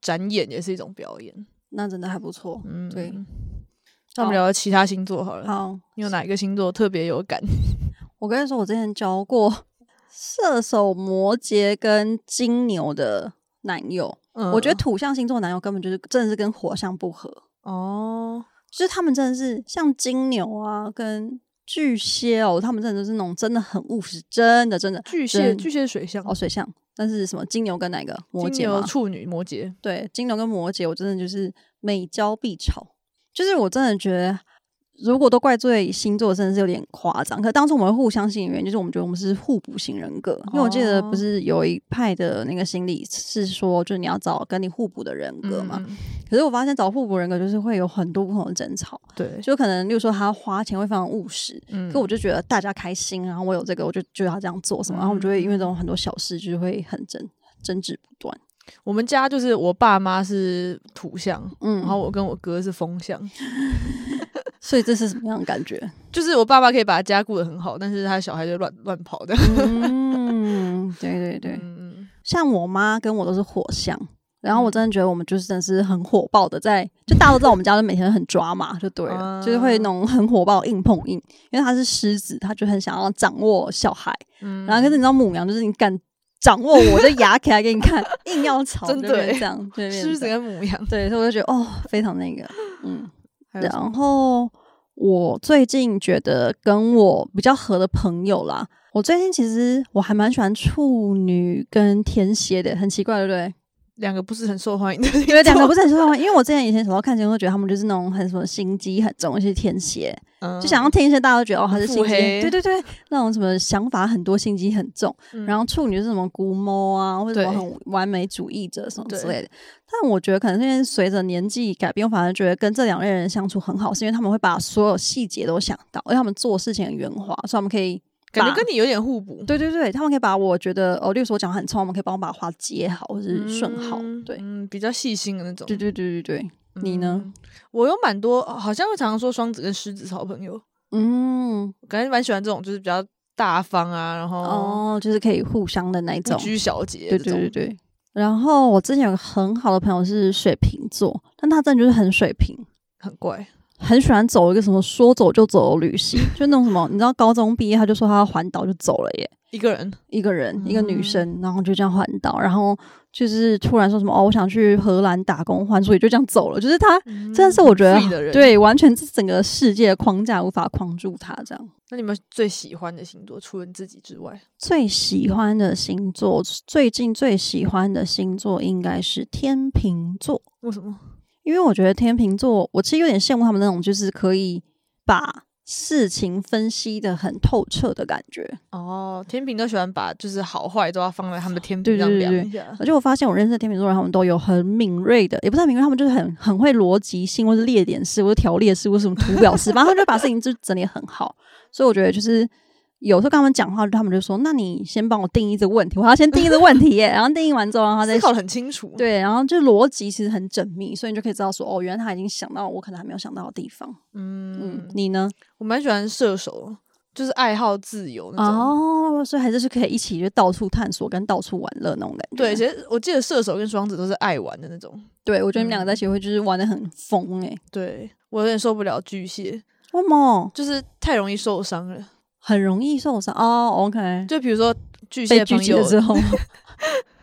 S2: 展演也是一种表演，
S1: 那真的还不错。
S2: 嗯，
S1: 对。
S2: 那我
S1: 好
S2: 们聊聊其他星座好了，
S1: 好，
S2: 你有哪一个星座特别有感？
S1: 我跟你说，我之前交过 射手、摩羯跟金牛的男友，
S2: 嗯
S1: 我觉得土象星座男友根本就是真的是跟火象不合，
S2: 哦，
S1: 就是他们真的是像金牛啊跟巨蟹哦，他们真的就是那种真的很务实，真的真的
S2: 巨蟹
S1: 真
S2: 巨蟹水象，
S1: 哦水象，但是什么金牛跟哪个摩
S2: 金
S1: 羯
S2: 牛
S1: 吗？
S2: 处女摩羯，
S1: 对，金牛跟摩羯，我真的就是每交必吵。就是我真的觉得，如果都怪罪星座，真的是有点夸张。可当初我们互相吸引的原因，就是我们觉得我们是互补型人格。因为我记得
S2: 哦
S1: 不是有一派的那个心理是说，就是你要找跟你互补的人格嘛。
S2: 嗯？嗯
S1: 可是我发现找互补人格就是会有很多不同的争吵，
S2: 对，
S1: 就可能例如说他花钱会非常务实。
S2: 嗯
S1: 可我就觉得大家开心，然后我有这个，我就就要这样做什么，然后我们就会因
S2: 嗯
S1: 为这种很多小事，就是会很争争执不断。
S2: 我们家就是我爸妈是土象，
S1: 嗯，
S2: 然后我跟我哥是风象，
S1: 所以这是什么样的感觉？
S2: 就是我爸爸可以把家顾得很好，但是他的小孩就乱乱跑的。
S1: 嗯，对对对，
S2: 嗯，
S1: 像我妈跟我都是火象，然后我真的觉得我们就是真的是很火爆的在，就大家都知道我们家就每天很抓嘛，就对
S2: 啊
S1: 了，就是会那种很火爆硬碰硬，因为她是狮子，她就很想要掌握小孩，
S2: 嗯
S1: 然后可是你知道母羊就是你敢掌握我就牙起来给你看，硬要吵，
S2: 真的
S1: 就变成
S2: 欸
S1: 这样，对，
S2: 狮
S1: 变成
S2: 子
S1: 这样
S2: 跟母羊，
S1: 对，所以我就觉得哦，非常那个，嗯。
S2: 还有什么
S1: 然后我最近觉得跟我比较合的朋友啦，我最近其实我还蛮喜欢处女跟天蝎的，很奇怪，对不对？
S2: 两个不是很受欢迎的，
S1: 因为两个不是很喜欢，因为我之前以前小时候看节目，觉得他们就是那种很什么心机很重，尤其是天蝎，
S2: 嗯
S1: 就想要天蝎，大家都觉得哦他是
S2: 腹
S1: 心机，
S2: 黑
S1: 对对对，那种什么想法很多，心机很重。
S2: 嗯
S1: 然后处女是什么孤猫啊，或者什么
S2: 对
S1: 很完美主义者什么之
S2: 对
S1: 类的。但我觉得可能是因为随着年纪改变，我反而觉得跟这两类人相处很好，是因为他们会把所有细节都想到，而且他们做事情很圆滑，所以他们可以
S2: 感觉
S1: 把
S2: 跟你有点互补，
S1: 对对对，他们可以把我觉得哦，例如说我讲话很冲，我们可以帮我把话接好或者是顺好。
S2: 嗯
S1: 对
S2: 嗯，比较细心的那种。
S1: 对对对对对，你呢
S2: 嗯？我有蛮多，好像会常常说双子跟狮子是好朋友，
S1: 嗯，
S2: 我感觉蛮喜欢这种，就是比较大方啊，然后
S1: 哦，就是可以互相的那一
S2: 不
S1: 种，
S2: 拘小节
S1: 对
S2: 这
S1: 对
S2: 种。
S1: 对对。然后我之前有个很好的朋友是水瓶座，但他真的就是很水瓶，
S2: 很怪，
S1: 很喜欢走一个什么说走就走的旅行，就那种什么，你知道高中毕业他就说他要环岛就走了耶，
S2: 一个人
S1: 一个人一个女
S2: 嗯
S1: 生，然后就这样环岛，然后就是突然说什么哦，我想去荷兰打工换宿，也就这样走了，就是他。真的是我觉得
S2: 嗯很 free 的人。，
S1: 对，完全是整个世界的框架无法框住他。这样
S2: 那你们最喜欢的星座，除了你自己之外，
S1: 最喜欢的星座，最近最喜欢的星座应该是天秤座。
S2: 为什么？
S1: 因为我觉得天秤座，我其实有点羡慕他们那种，就是可以把事情分析的很透彻的感觉。
S2: 哦，天平都喜欢把就是好坏都要放在他们的天
S1: 对
S2: 平
S1: 对
S2: 上
S1: 对
S2: 量
S1: 对
S2: 一下。
S1: 而且我发现我认识的天秤座人，他们都有很敏锐的，也不是很敏锐，他们就是很很会逻辑性，或是列点式，或是条列式，或是什么图表式，反正他们就把事情就整理得很好。所以我觉得就是。有时候跟他们讲话，他们就说：“那你先帮我定义这个问题，我要先定义这个问题耶。”然后定义完之后，然后
S2: 思
S1: 再
S2: 考得很清楚。，
S1: 对，然后就逻辑其实很缜密，所以你就可以知道说：“哦，原来他已经想到我可能还没有想到的地方。”嗯
S2: 嗯，，
S1: 你呢？
S2: 我蛮喜欢射手，就是爱好自由那种。
S1: 哦，所以还是是可以一起就到处探索跟到处玩乐那种感觉。
S2: 对，其实我记得射手跟双子都是爱玩的那种。
S1: 对我觉得你们两个在一起会就是玩的很疯哎、欸，
S2: 对我有点受不了巨蟹，
S1: 为什么
S2: 就是太容易受伤了。
S1: 很容易受伤？哦，OK，
S2: 就比如说巨蟹
S1: 被
S2: 朋
S1: 拒绝
S2: 友，
S1: 之后，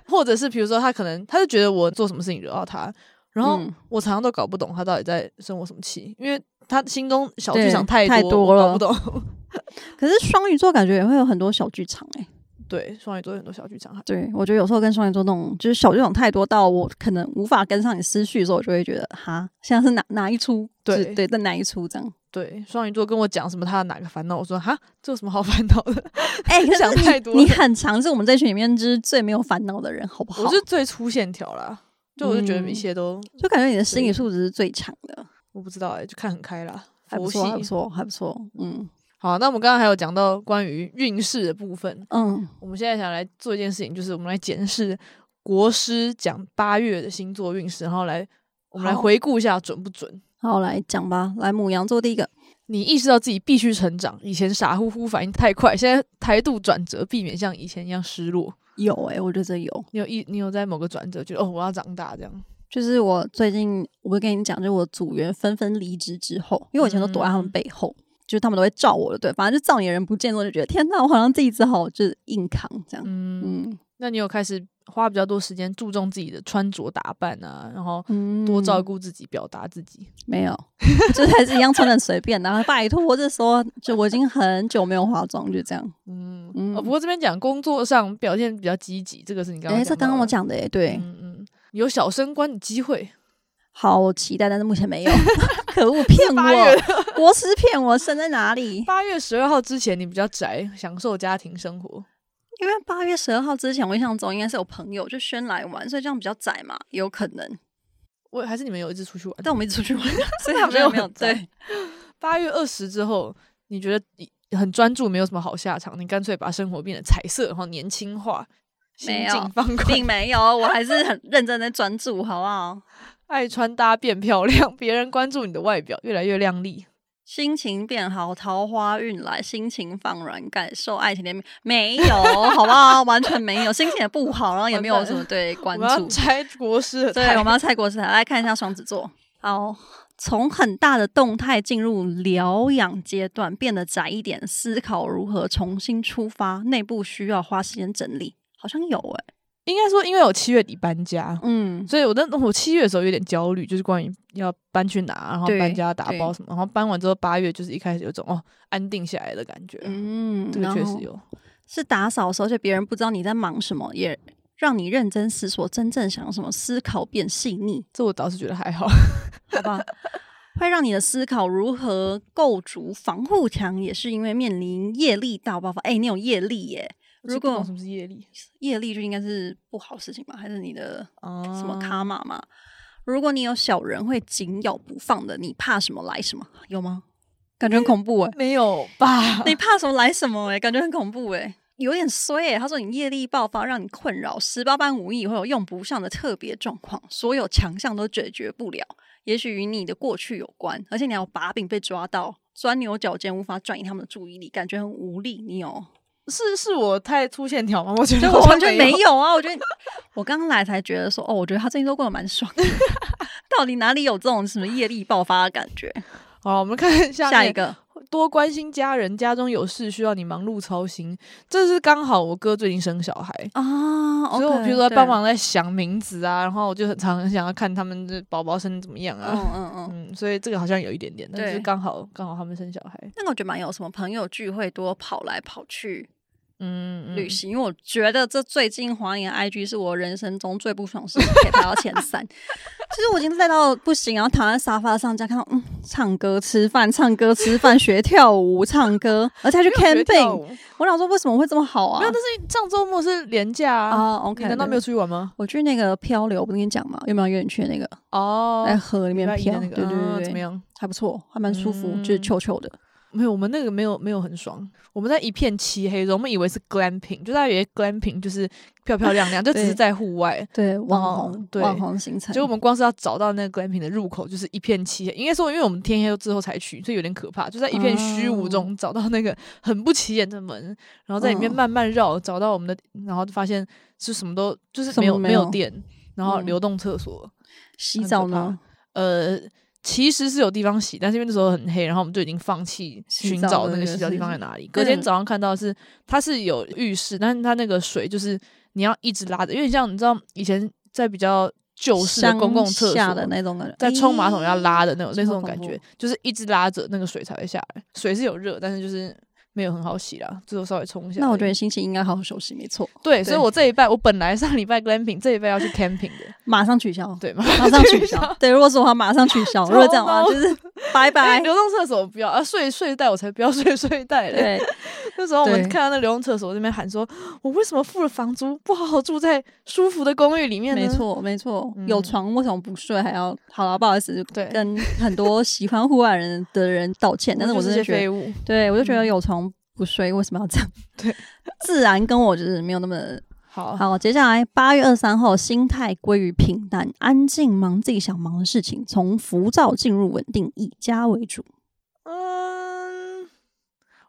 S2: 或者是比如说他可能他就觉得我做什么事情惹到他，然后
S1: 嗯
S2: 我常常都搞不懂他到底在生我什么气，因为他心中小
S1: 对
S2: 剧场太
S1: 太
S2: 多
S1: 多
S2: 我搞
S1: 了
S2: 不懂。
S1: 可是双鱼座感觉也会有很多小剧场哎、
S2: 对，双鱼座有很多小剧场，
S1: 对我觉得有时候跟双鱼座那种就是小剧场太多到我可能无法跟上你思绪的时候，我就会觉得哈，现在是哪哪一出？
S2: 对
S1: 是对，在哪一出 这样？
S2: 对，双鱼座跟我讲什么他的哪个烦恼，我说哈，这有什么好烦恼的？
S1: 哎、可
S2: 想
S1: 是
S2: 太多
S1: 你你
S2: 了
S1: 很常是我们这群里面之最没有烦恼的人，好不好？
S2: 我是最粗线条啦，就我就觉得
S1: 嗯
S2: 一切都、
S1: 就感觉你的心理
S2: 对
S1: 素质是最强的，
S2: 我不知道哎、就看很开啦。
S1: 还不
S2: 佛系
S1: 错，还不错，还不错。嗯
S2: 好，那我们刚刚还有讲到关于运势的部分，
S1: 嗯，
S2: 我们现在想来做一件事情，就是我们来检视国师讲八月的星座运势，然后来我们来
S1: 好
S2: 回顾一下准不准。
S1: 好，来讲吧，来母羊座第一个，
S2: 你意识到自己必须成长，以前傻乎乎反应太快，现在态度转折，避免像以前一样失落。
S1: 有哎、我觉得这有，
S2: 你有一你有在某个转折觉得哦，我要长大这样，
S1: 就是我最近我会跟你讲，就是我组员纷纷离职之后，因为我以前都躲在他
S2: 嗯
S1: 们背后，就是他们都会罩我的，对，反正就罩你的人不见了，我就觉得天哪，我好像自己只好就是硬扛这样。
S2: 嗯，
S1: 嗯
S2: 那你有开始花比较多时间注重自己的穿着打扮啊，然后
S1: 嗯
S2: 多照顾自己，表达自己。
S1: 没有，就是还是一样穿的随便的，然后啊拜托，这时候就我已经很久没有化妆，就这样。
S2: 嗯，
S1: 嗯
S2: 哦，不过这边讲工作上表现比较积极，这个是你刚
S1: 哎、
S2: 刚
S1: 这刚刚我
S2: 讲
S1: 讲的哎、
S2: 到
S1: 对，
S2: 的，嗯嗯，有小升官的机会，
S1: 好我期待，但是目前没 有。 可恶，骗
S2: 八月
S1: 我！国师骗我，神在哪里？
S2: 八月十二号之前你比较宅，享受家庭生活，
S1: 因为八月十二号之前，我印象中应该是有朋友就先来玩，所以这样比较窄嘛，有可能。
S2: 我还是你们有一次出去玩，
S1: 但我们一直出 去玩，所以
S2: 那
S1: 好像
S2: 没
S1: 没
S2: 有
S1: 有
S2: 很窄
S1: 对。
S2: 八月二十之后，你觉得你很专注，没有什么好下场，你干脆把生活变得彩色，然后年轻化，
S1: 没
S2: 心
S1: 有
S2: 境放宽
S1: 并，没有，我还是很认真在专注，好不好？
S2: 爱穿搭变漂亮， 别人关注你的外表，越来越靓丽。
S1: 心情变好，桃花运来，心情放软，感受爱情甜蜜。没有，好不好？完全没有，心情也不好，然后也没有什么对关
S2: 我们要
S1: 注。
S2: 拆国师的
S1: 对，
S2: 菜
S1: 我们要蔡国师来看一下双子座。好，从很大的动态进入疗养阶段，变得窄一点，思考如何重新出发，内部需要花时间整理。好像有诶、
S2: 应该说，因为我七月底搬家，
S1: 嗯，
S2: 所以我那我七月的时候有点焦虑，就是关于要搬去哪，然后
S1: 对
S2: 搬家打包
S1: 对
S2: 什么，然后搬完之后八月就是一开始有种哦安定下来的感觉，
S1: 嗯，
S2: 这个确
S1: 然
S2: 实
S1: 后
S2: 有。
S1: 是打扫的时候，而且别人不知道你在忙什么，也让你认真思索真正想要什么，思考变细腻，
S2: 这我倒是觉得还 好，
S1: 好吧？会让你的思考如何构筑防护墙，也是因为面临业力大爆发。哎、你有业力耶、如果
S2: 我不懂什么是业力，
S1: 业力就应该是不好的事情吧？还是你的
S2: 什
S1: 什么卡玛嘛？如果你有小人会紧咬不放的，你怕什么来什么，有吗？感觉很恐怖哎、
S2: 没有吧？
S1: 你怕什么来什么哎、感觉很恐怖哎、有点衰哎、他说你业力爆发，让你困扰，十八般武艺会有用不上的特别状况，所有强项都解决不了，也许与你的过去有关，而且你还有把柄被抓到，钻牛角尖，无法转移他们的注意力，感觉很无力。你 有
S2: 是是我太粗线条吗？我觉
S1: 就
S2: 得
S1: 我
S2: 好
S1: 完
S2: 像
S1: 全
S2: 没
S1: 没有啊！我觉得 我刚来才觉得说，哦，我觉得他最近都过得蛮爽的。 到底哪里有这种什么业力爆发的感觉？
S2: 好，我们 看下
S1: 下
S2: 面
S1: 一个，
S2: 多关心家人，家中有事需要你忙碌操心。这是刚好我哥最近生小孩，
S1: 啊
S2: 所以我比如说帮。忙在想名字啊，然后我就很常很想要看他们这宝宝生怎么样
S1: 嗯
S2: 啊。
S1: 嗯嗯，
S2: 嗯，所以这个好像有一点点，但是
S1: 对
S2: 刚好刚好他们生小孩，
S1: 那个我觉得蛮有什么朋友聚会多跑来跑去
S2: 嗯，嗯
S1: 旅行，因为我觉得这最近华研 IG 是我人生中最不爽的事情，可以排到前三。 其实我已经累到不行，然后躺在沙发上，这样看到嗯，唱歌、吃饭、唱歌、吃饭、学跳舞、唱歌，而且还去
S2: 没有学跳
S1: camping。
S2: 舞
S1: 我想说为什么会这么好啊？
S2: 没有，但是上周末是廉假啊，
S1: 啊
S2: 你
S1: ，OK，
S2: 难道
S1: 对
S2: 没有出去玩吗？
S1: 我去那个漂流，我不跟你讲嘛，有没有约你去那个、
S2: 哦，
S1: 在河里
S2: 礼
S1: 面
S2: 拜一
S1: 漂？
S2: 的那个，
S1: 对对对
S2: 啊
S1: 对，
S2: 怎么样？
S1: 还不错，还蛮舒服，就是
S2: 嗯
S1: 臭臭的。
S2: 没有，我们那个没有没有很爽。我们在一片漆黑中，我们以为是 glamping，就大家以为 glamping 就是漂漂亮亮，就只是
S1: 对
S2: 在户外。
S1: 对，
S2: 哦
S1: 网红、
S2: 对
S1: 网红行程，
S2: 结果我们光是要找到那个 glamping 的入口，就是一片漆黑。应该说，因为我们天黑之后才去，所以有点可怕。就在一片虚无中找到那个很不起眼的门，然后在里面
S1: 哦嗯
S2: 慢慢绕，找到我们的，然后就发现是什么都就是
S1: 什
S2: 没有
S1: 么
S2: 没
S1: 没有
S2: 有电，然后
S1: 嗯
S2: 流动厕所，
S1: 洗澡呢？
S2: 呃，其实是有地方洗，但是因为那时候很黑，然后我们就已经放弃
S1: 洗
S2: 寻
S1: 澡
S2: 找
S1: 的
S2: 那
S1: 也
S2: 个洗澡地
S1: 是
S2: 方 在哪里。隔天
S1: 嗯
S2: 早上看到的是它是有浴室，但是它那个水就是你要一直拉着，因为像你知道以前在比较旧式的公共厕
S1: 乡下
S2: 所
S1: 的那种感觉，
S2: 在冲马桶
S1: 哎
S2: 要拉的那种，类似
S1: 超
S2: 那种
S1: 恐
S2: 感
S1: 怖
S2: 觉，就是一直拉着那个水才会下来。水是有热，但是就是没有很好洗啦，最后稍微冲一下而已。
S1: 那我觉得心情应该好好休息，没错，
S2: 对，所以
S1: 对
S2: 我这一拜，我本来上礼拜 glamping，这一拜要去 camping 的，
S1: 马上取消，
S2: 对吗？
S1: 马上取
S2: 超
S1: 消。对，如果是我的话，马上取消。
S2: 超
S1: 如果这样的话，
S2: 闹
S1: 就是 拜
S2: 哎，
S1: 拜。
S2: 流动厕所不要啊，睡睡袋我才不要 睡睡袋嘞。
S1: 对，
S2: 那时候我们
S1: 对
S2: 看到那流动厕所那边喊说：“我为什么付了房租，不好好住在舒服的公寓里面呢？”
S1: 没，错，没错，
S2: 嗯
S1: 有床为什么不睡？还要好了，不好意思，
S2: 对
S1: 跟很多喜欢户外人的人道歉。但是我
S2: 就
S1: 真
S2: 些
S1: 的觉
S2: 废
S1: 得，
S2: 物，
S1: 对我就觉得
S2: 嗯
S1: 有床不睡为什么要这样？
S2: 对，
S1: 自然跟我就是没有那么
S2: 好，
S1: 好，接下来八月二三号，心态归于平淡，安静忙自己想忙的事情，从浮躁进入稳定，以家为主。
S2: 嗯，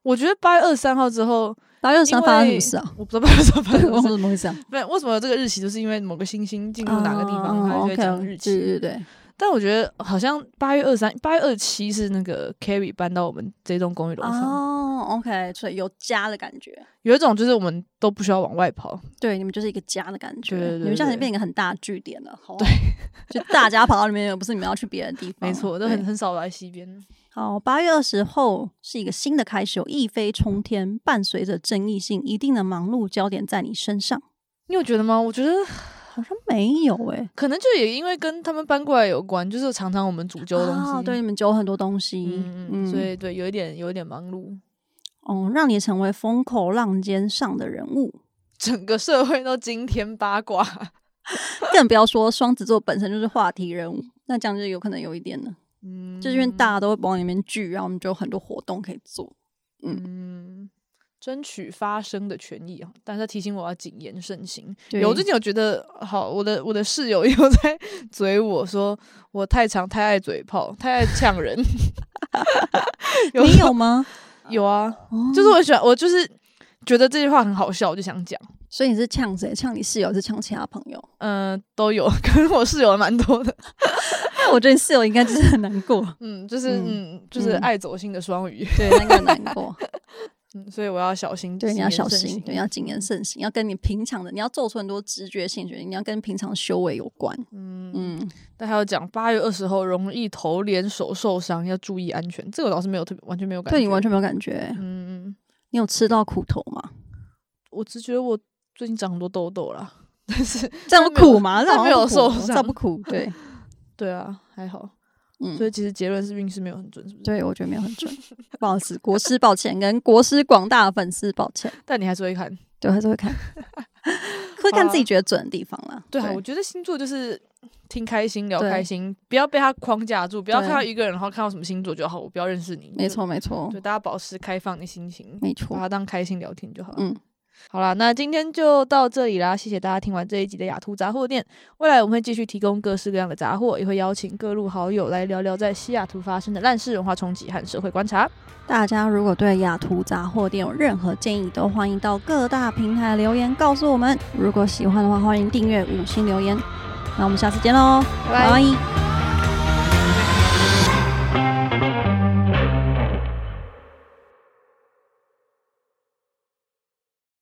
S2: 我觉得八月二十三号之后，
S1: 八月二三
S2: 因
S1: 发生什么
S2: 为
S1: 事啊？
S2: 我不知道八 月三号发
S1: 对，
S2: 生什
S1: 我
S2: 么事，
S1: 怎么会这样？
S2: 没有为什么有这个日期，就是因为某个星星进入哪个地方，
S1: 啊
S2: 它就会
S1: OK，
S2: 讲日期。
S1: 对对对，
S2: 但我觉得好像八月二三、八月二七是那个 Carrie 搬到我们这栋公寓楼上，
S1: 哦，OK，所以有家的感觉。
S2: 有一种就是我们都不需要往外跑，
S1: 对，你们就是一个家的感觉，
S2: 对对对
S1: 你们这样
S2: 对
S1: 就变成一个很大的据点了。对，就大家跑到里面，不是你们要去别的地方。
S2: 没错，都
S1: 对
S2: 很很少来西边。
S1: 好，八月二十后是一个新的开始，有一飞冲天，伴随着正义性，一定的忙碌焦点在你身上，
S2: 你有觉得吗？我觉得
S1: 好像没有诶、
S2: 可能就也因为跟他们搬过来有关，就是常常我们煮粥的东西，
S1: 啊，对，你们酒很多东西，
S2: 嗯，嗯嗯，所以对，有一点有一点忙碌，
S1: 哦，让你成为风口浪尖上的人物，
S2: 整个社会都惊天八卦。
S1: 更不要说双子座本身就是话题人物，那这样就有可能有一点呢，
S2: 嗯，
S1: 就是因为大家都会往里面聚，然后我们就有很多活动可以做。
S2: 嗯，争取发声的权益啊，但是他提醒我要谨言慎行。
S1: 对
S2: 有我最近有觉得，好，我的我的室友 又在嘴我说我太长太爱嘴炮，太爱呛人。 有
S1: 你
S2: 时 候
S1: 有吗？
S2: 有啊，
S1: 哦
S2: 就是我喜欢，我就是觉得这句话很好笑，我就想讲。
S1: 所以你是呛谁？呛你室友，还是呛其他朋友？
S2: 嗯、都有， 可能我室友还蛮多的。
S1: 那我觉得你室友应该就是很难过，
S2: 嗯，就是嗯
S1: 嗯
S2: 就是
S1: 嗯
S2: 爱走心的双鱼。
S1: 对，那个 难过，
S2: 嗯，所以我要小心，
S1: 对，你
S2: 谨
S1: 要
S2: 言
S1: 小
S2: 慎
S1: 心，
S2: 行
S1: 对，你要谨言慎行，要跟你平常的，你要做出很多直觉性决定，你要跟平常修为有关。
S2: 嗯
S1: 嗯，
S2: 但还有讲八月二十号容易头、脸、手受伤，要注意安全。这个我倒是没有特别，完全没有感觉。
S1: 对你完全没有感觉，欸
S2: 嗯，
S1: 你有吃到苦头吗？
S2: 我只觉得我最近长很多痘痘啦，但是
S1: 这样不苦 吗？这
S2: 但
S1: 样
S2: 没有
S1: 好像不
S2: 受
S1: 苦
S2: 伤
S1: 这样不苦， 对，
S2: 对啊，还好。
S1: 嗯
S2: 所以其实结论是运势没有很准，是不是？
S1: 对，我觉得没有很准，不好意思，国师抱歉，跟国师广大粉丝抱歉，
S2: 但你还是会看。
S1: 对，我还是会 看，会看自己觉得准的地方啦。
S2: 啊对啊，我觉得星座就是听开心、聊
S1: 对
S2: 开心，不要被他框架住，不要
S1: 对
S2: 看到一个人，然后看到什么星座就好，我不要认识你。
S1: 没错，没错
S2: 就，，就大家保持开放的心情，
S1: 没
S2: 把
S1: 错，
S2: 它当开心聊天就好了。
S1: 嗯。
S2: 好啦，那今天就到这里啦，谢谢大家听完这一集的雅图杂货店。未来我们会继续提供各式各样的杂货，也会邀请各路好友来聊聊在西雅图发生的烂事、文化冲击和社会观察。
S1: 大家如果对雅图杂货店有任何建议，都欢迎到各大平台留言告诉我们。如果喜欢的话，欢迎订阅、五星留言。那我们下次见喽，
S2: 拜拜
S1: 拜